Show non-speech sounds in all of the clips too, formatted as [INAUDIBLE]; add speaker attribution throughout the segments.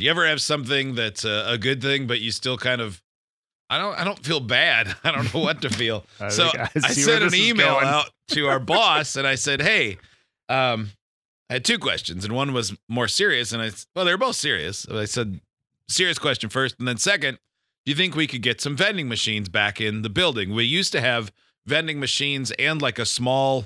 Speaker 1: You ever have something that's a, a good thing, but you still kind of, I don't, I don't feel bad. [LAUGHS] I don't know what to feel.
Speaker 2: [LAUGHS] I
Speaker 1: so
Speaker 2: think I
Speaker 1: I,
Speaker 2: see where
Speaker 1: sent an
Speaker 2: this is
Speaker 1: email
Speaker 2: going.
Speaker 1: out to
Speaker 2: [LAUGHS]
Speaker 1: our boss, and I said, "Hey, um, I had two questions, and one was more serious, and I, s- well, they were both serious. So I said, serious question first, and then second, do you think we could get some vending machines back in the building? We used to have vending machines and like a small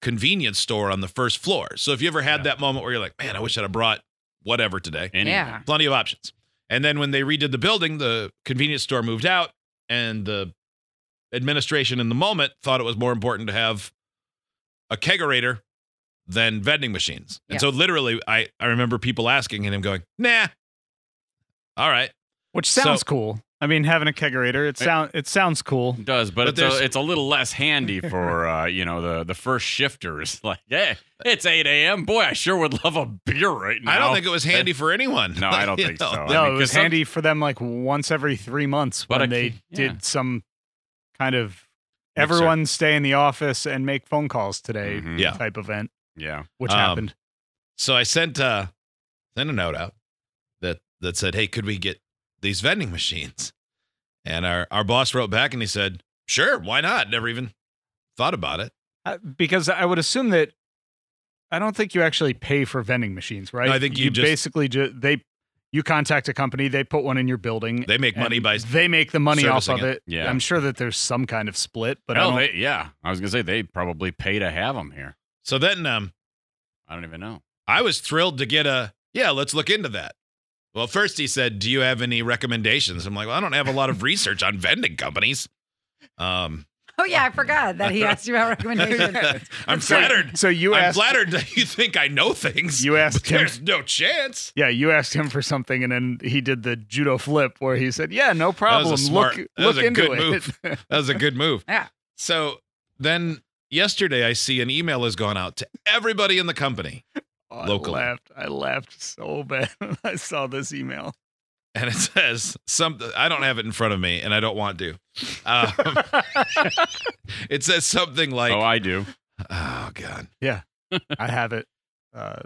Speaker 1: convenience store on the first floor. So if you ever had
Speaker 2: Yeah.
Speaker 1: that moment where you're like, man, I wish I'd have brought whatever today,
Speaker 2: Anyway.
Speaker 3: Yeah. [LAUGHS]
Speaker 1: plenty of options. And then when they redid the building, the convenience store moved out, and the administration in the moment thought it was more important to have a kegerator than vending machines. And
Speaker 3: Yeah.
Speaker 1: so literally, I, I remember people asking and him going, nah, all right.
Speaker 2: Which
Speaker 1: So-
Speaker 2: sounds cool. I mean, having a kegerator, it sound it sounds cool.
Speaker 1: Mm.
Speaker 4: It does, but,
Speaker 1: But
Speaker 4: it's
Speaker 1: there's-
Speaker 4: a, it's a little less handy for uh, [LAUGHS] you know the the first shifters. [LAUGHS] Like, hey, it's eight a.m. Boy, I sure would love a beer right now.
Speaker 1: I don't think it was
Speaker 4: [LAUGHS]
Speaker 1: handy for anyone.
Speaker 4: No, I don't
Speaker 1: [LAUGHS] You
Speaker 4: think so.
Speaker 2: No,
Speaker 4: I mean,
Speaker 2: it
Speaker 4: 'cause
Speaker 2: was
Speaker 4: some-
Speaker 2: handy for them like once every three months
Speaker 4: But
Speaker 2: when
Speaker 4: a
Speaker 2: they
Speaker 4: key- yeah.
Speaker 2: did some kind of
Speaker 4: Mixer.
Speaker 2: everyone stay in the office and make phone calls today
Speaker 4: Mhm.
Speaker 1: Mm-hmm. Yeah.
Speaker 2: type event,
Speaker 4: Yeah.
Speaker 2: which
Speaker 1: Um,
Speaker 2: happened.
Speaker 1: So I sent uh sent a note out that that said, "Hey, could we get these vending machines?" And our our boss wrote back and he said, "Sure, why not?" Never even thought about it.
Speaker 2: Uh, because I would assume that I don't think you actually pay for vending machines, right?
Speaker 1: I think you just-
Speaker 2: basically just they you contact a company, they put one in your building.
Speaker 1: They make money
Speaker 2: and
Speaker 1: by
Speaker 2: they make the money off
Speaker 1: servicing
Speaker 2: of it.
Speaker 4: Yeah.
Speaker 2: I'm sure that there's some kind of split, but I
Speaker 4: Hell,
Speaker 2: don't,
Speaker 4: they, yeah. I was gonna say they probably pay to have them here.
Speaker 1: So then um
Speaker 4: I don't even know.
Speaker 1: I was thrilled to get a, "Yeah, let's look into that." Well, first he said, "Do you have any recommendations?" I'm like, "Well, I don't have a lot of research on vending companies."
Speaker 2: [LAUGHS]
Speaker 1: Um
Speaker 3: Oh yeah, I forgot that
Speaker 4: [LAUGHS]
Speaker 3: he asked you about recommendations.
Speaker 1: [LAUGHS] I'm
Speaker 3: So-
Speaker 1: flattered.
Speaker 2: so you
Speaker 1: I'm
Speaker 2: asked
Speaker 1: flattered that you think I know things.
Speaker 2: [LAUGHS] you
Speaker 1: but
Speaker 2: asked him
Speaker 1: There's no chance.
Speaker 2: Yeah, you asked him for something, and then he did the judo flip where he said, "Yeah, no
Speaker 1: was a
Speaker 2: problem.
Speaker 1: smart-
Speaker 2: look,
Speaker 1: that was
Speaker 2: look
Speaker 1: a
Speaker 2: into
Speaker 1: good
Speaker 2: it."
Speaker 1: That was a good move.
Speaker 3: Yeah.
Speaker 1: So then yesterday, I see an email has gone out to everybody in the company,
Speaker 2: Oh, [LAUGHS] I
Speaker 1: Locally.
Speaker 2: laughed. I laughed so bad [LAUGHS] when I saw this email.
Speaker 1: [LAUGHS] and it says something. I don't have it in front of me, and I don't want to.
Speaker 2: [LAUGHS]
Speaker 1: Um, it says something like,
Speaker 4: oh, I do.
Speaker 1: "Oh God!"
Speaker 2: I have it uh,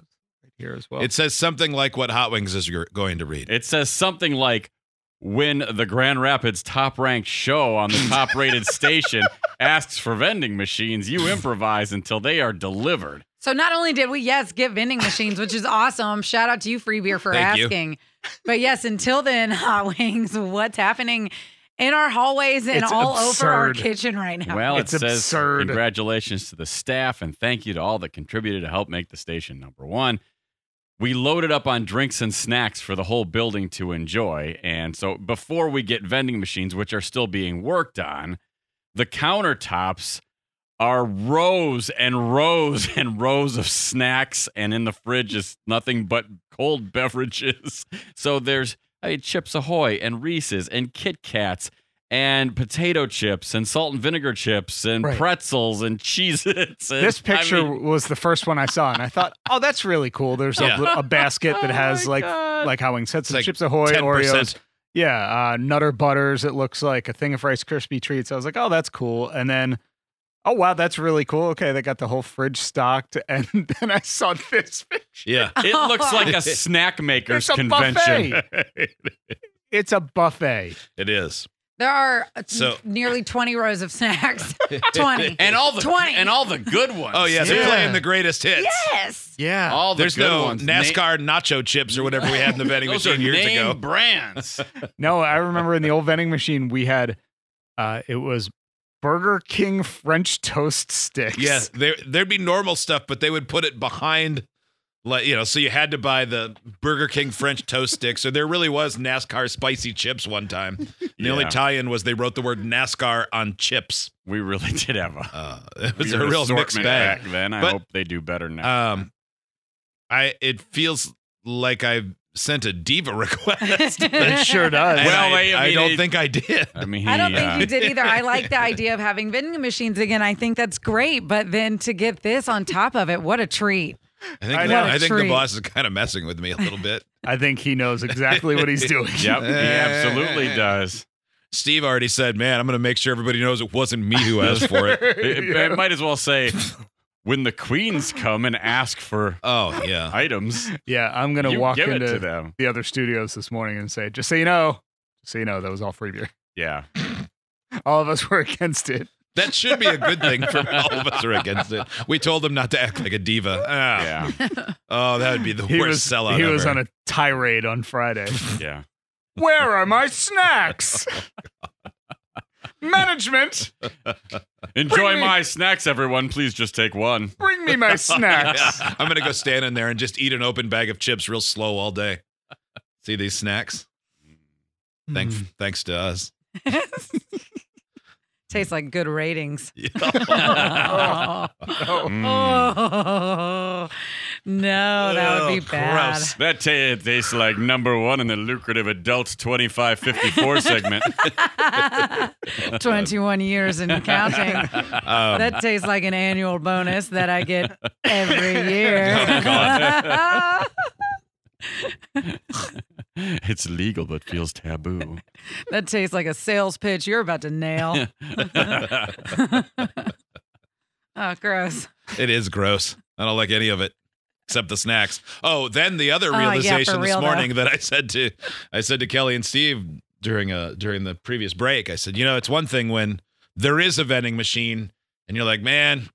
Speaker 2: right here as well.
Speaker 1: It says something like what Hot Wings is gr- going to read.
Speaker 4: It says something like when the Grand Rapids top ranked show on the
Speaker 1: [LAUGHS]
Speaker 4: top rated station asks for vending machines, you improvise until they are delivered.
Speaker 3: So not only did we yes get vending machines, which is awesome. Shout out to you, Free Beer, for
Speaker 1: Thank you.
Speaker 3: asking. But yes, until then, [LAUGHS] hot wings. What's happening in our hallways and
Speaker 2: It's
Speaker 3: all over our
Speaker 2: absurd.
Speaker 3: kitchen right now?
Speaker 4: Well,
Speaker 2: It's
Speaker 4: it says
Speaker 2: absurd.
Speaker 4: congratulations to the staff and thank you to all that contributed to help make the station number one. We loaded up on drinks and snacks for the whole building to enjoy. And so before we get vending machines, which are still being worked on, the countertops are rows and rows [LAUGHS] and rows of snacks. And in the fridge is nothing but cold [LAUGHS] beverages. So there's I mean, Chips Ahoy and Reese's and Kit Kats and potato chips and salt and vinegar chips and
Speaker 2: Right.
Speaker 4: pretzels and Cheez-Its.
Speaker 1: uh,
Speaker 4: And,
Speaker 2: this
Speaker 4: I
Speaker 2: picture
Speaker 4: mean,
Speaker 2: was the first one I saw, and I thought, "Oh, that's really cool." There's
Speaker 1: Yeah.
Speaker 2: a, li- a basket
Speaker 1: [LAUGHS]
Speaker 2: that
Speaker 4: Oh
Speaker 2: has
Speaker 4: my
Speaker 2: like
Speaker 4: God.
Speaker 2: like how wings, sets
Speaker 1: It's like
Speaker 2: Chips Ahoy,
Speaker 1: 10%.
Speaker 2: Oreos, yeah, uh, Nutter Butters. It looks like a thing of Rice Krispie treats. I was like, "Oh, that's cool," and then. Oh wow, that's really cool. Okay, they got the whole fridge stocked, [LAUGHS] and then I saw this picture.
Speaker 4: [LAUGHS]
Speaker 1: Yeah.
Speaker 4: it looks like a snack
Speaker 2: It's
Speaker 4: makers
Speaker 2: a
Speaker 4: convention.
Speaker 2: buffet. It's a buffet.
Speaker 1: It is.
Speaker 3: There are uh,
Speaker 1: So-
Speaker 3: nearly 20 rows
Speaker 4: [LAUGHS]
Speaker 3: of snacks. 20.
Speaker 4: and all the
Speaker 3: 20.
Speaker 4: and all the good ones.
Speaker 1: Oh yeah, they're
Speaker 2: Yeah.
Speaker 1: playing the greatest hits.
Speaker 3: yes.
Speaker 2: Yeah.
Speaker 4: all the
Speaker 1: There's
Speaker 4: good
Speaker 1: no
Speaker 4: ones.
Speaker 1: NASCAR nacho chips or whatever we had in the vending
Speaker 4: Name, those are
Speaker 1: machine years
Speaker 4: name
Speaker 1: ago. [LAUGHS]
Speaker 4: brands.
Speaker 2: No, I remember in the old vending machine we had uh it was Burger King French toast sticks.
Speaker 1: Yeah, there there'd be normal stuff, but they would put it behind, like you know, so you had to buy the Burger King French toast sticks. So there really was NASCAR spicy chips one time. The only
Speaker 4: Yeah.
Speaker 1: tie-in was they wrote the word NASCAR on chips.
Speaker 4: we really [LAUGHS] did have a.
Speaker 1: Uh, it was
Speaker 4: weird
Speaker 1: a real mixed
Speaker 4: assortment
Speaker 1: bag.
Speaker 4: back then. I
Speaker 1: But-
Speaker 4: hope they do better now.
Speaker 1: Um, I it feels like I sent a diva [LAUGHS]
Speaker 3: [LAUGHS]
Speaker 1: request.
Speaker 2: [LAUGHS] It sure does.
Speaker 1: And
Speaker 4: Well,
Speaker 1: I,
Speaker 4: I
Speaker 1: I,
Speaker 4: mean,
Speaker 1: don't
Speaker 4: it-
Speaker 1: think I did.
Speaker 4: I mean,
Speaker 3: I don't
Speaker 4: uh,
Speaker 3: think you did either. I
Speaker 4: [LAUGHS]
Speaker 3: like the idea of having vending machines again. I think that's great. But then to get this on top of it, what a treat.
Speaker 1: I think
Speaker 2: I
Speaker 1: the-
Speaker 2: know.
Speaker 1: I think
Speaker 3: Treat.
Speaker 1: the boss is kind of messing with me a little bit.
Speaker 2: I think he knows exactly what
Speaker 4: [LAUGHS]
Speaker 2: he's doing.
Speaker 1: [LAUGHS]
Speaker 4: Yep, he absolutely does.
Speaker 1: Steve already said, "Man, I'm going to make sure everybody knows it wasn't me who asked for it."
Speaker 4: [LAUGHS] It, it might as well say, when the queens come and ask for
Speaker 1: Oh yeah. [LAUGHS]
Speaker 4: items,
Speaker 2: Yeah, I'm gonna
Speaker 4: you
Speaker 2: walk
Speaker 4: give
Speaker 2: into
Speaker 4: it to them.
Speaker 2: the other studios this morning and say, just so you know, just so you know, that was all free beer. [LAUGHS]
Speaker 4: Yeah,
Speaker 2: All of us were against it.
Speaker 1: That should be a good thing
Speaker 2: [LAUGHS]
Speaker 1: for all of us who are against it. We told him not to act like a diva. Ah.
Speaker 3: [LAUGHS]
Speaker 4: yeah,
Speaker 1: Oh, that would be the
Speaker 2: He was
Speaker 1: worst sellout.
Speaker 2: he was
Speaker 1: ever.
Speaker 2: on a tirade on Friday.
Speaker 1: [LAUGHS]
Speaker 4: yeah.
Speaker 2: Where are my snacks? Management,
Speaker 4: Enjoy
Speaker 2: me-
Speaker 4: my snacks, everyone. Please just take
Speaker 3: [LAUGHS]
Speaker 4: one.
Speaker 2: bring me my
Speaker 1: [LAUGHS]
Speaker 2: snacks.
Speaker 1: Yeah. I'm gonna go stand in there and just eat an open bag of chips real slow all day. See these snacks? Thanks,
Speaker 2: Mm.
Speaker 1: thanks to us.
Speaker 3: [LAUGHS] Tastes like good ratings.
Speaker 4: Oh.
Speaker 3: Oh,
Speaker 4: Mm.
Speaker 3: no, that would be
Speaker 1: Oh,
Speaker 3: bad.
Speaker 1: gross.
Speaker 4: That ta tastes like number one in the lucrative adult
Speaker 3: [LAUGHS]
Speaker 4: 2554 segment.
Speaker 3: 21 years in counting.
Speaker 1: Um,
Speaker 3: That tastes like an annual bonus that I get every year.
Speaker 1: [LAUGHS] Oh,
Speaker 4: it's legal, but feels taboo.
Speaker 3: [LAUGHS]
Speaker 4: [LAUGHS]
Speaker 3: that tastes like a sales pitch you're about to nail. oh, gross.
Speaker 1: It is gross. I don't like any of it except the snacks. Oh, then the other
Speaker 3: Oh, yeah, for
Speaker 1: realization this
Speaker 3: real, though.
Speaker 1: morning that I said to I said to Kelly and Steve during a during the previous break. I said, "You know, it's one thing when there is a vending machine and you're like, "Man,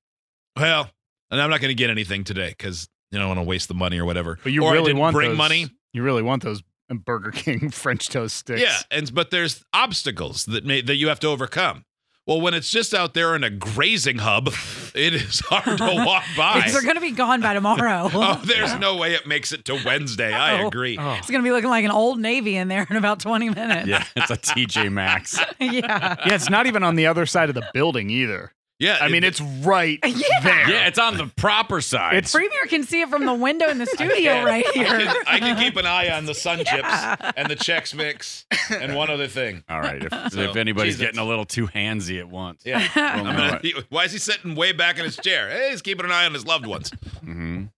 Speaker 1: well, and I'm not going to get anything today cuz you don't want to waste the money or whatever."
Speaker 2: But you
Speaker 1: or I
Speaker 2: really
Speaker 1: didn't
Speaker 2: want
Speaker 1: bring
Speaker 2: those-
Speaker 1: money.
Speaker 2: You really want those Burger King [LAUGHS] French toast sticks.
Speaker 1: Yeah, and but there's obstacles that may, that you have to overcome. Well, when it's just out there in a grazing hub, it is hard to
Speaker 3: [LAUGHS]
Speaker 1: walk by.
Speaker 3: They're going to be gone by tomorrow.
Speaker 1: [LAUGHS]
Speaker 3: [LAUGHS]
Speaker 1: Oh, there's no way it makes it to Wednesday. I
Speaker 3: Oh.
Speaker 1: agree.
Speaker 3: It's going to be looking like an old Navy in there in about 20 minutes.
Speaker 4: Yeah, it's a TJ Maxx.
Speaker 3: [LAUGHS] yeah.
Speaker 2: Yeah, it's not even on the other side of the building either.
Speaker 1: Yeah,
Speaker 2: I mean,
Speaker 1: it-
Speaker 2: it's right
Speaker 3: Yeah.
Speaker 2: there.
Speaker 4: Yeah, it's on the proper side.
Speaker 2: It's-
Speaker 3: Premier can see it from the window in the studio right
Speaker 1: I
Speaker 3: here.
Speaker 1: can, I can keep an eye on the
Speaker 3: [LAUGHS]
Speaker 1: sun chips and the Chex Mix and one other
Speaker 3: [LAUGHS]
Speaker 1: thing.
Speaker 4: all right. If,
Speaker 1: So,
Speaker 4: if anybody's
Speaker 1: Jesus.
Speaker 4: getting a little too handsy at once,
Speaker 1: Yeah. [LAUGHS]
Speaker 4: [LAUGHS] we'll
Speaker 1: I'm
Speaker 4: know
Speaker 1: gonna-
Speaker 4: it.
Speaker 1: why is he sitting way back in his chair? Hey, he's keeping an eye on his loved ones.
Speaker 4: Mhm.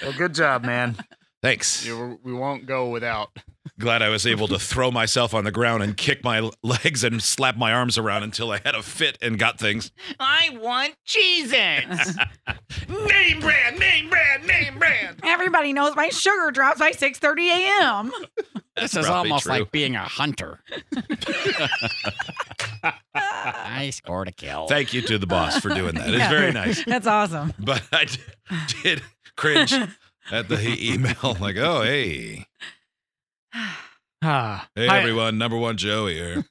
Speaker 2: Well, good job, [LAUGHS] man.
Speaker 1: Thanks.
Speaker 2: You, we won't go without.
Speaker 1: Glad I was able to throw myself on the ground and kick my [LAUGHS] l- legs and slap my arms around until I had a fit and got things.
Speaker 5: I want cheese its.
Speaker 1: Name brand, name brand, name brand.
Speaker 3: Everybody knows my sugar drops by 6:30 a.m.
Speaker 4: This
Speaker 1: is Probably almost true. like
Speaker 5: being a hunter. [LAUGHS] I scored a kill.
Speaker 1: Thank you to the boss for doing that. It's very nice.
Speaker 3: That's awesome.
Speaker 1: but I [LAUGHS] d- did cringe at the
Speaker 3: [LAUGHS]
Speaker 1: e- email. Like, oh, hey,
Speaker 2: Ah,
Speaker 1: hey,
Speaker 2: Hi. Ah,
Speaker 1: everyone, number one Joe here.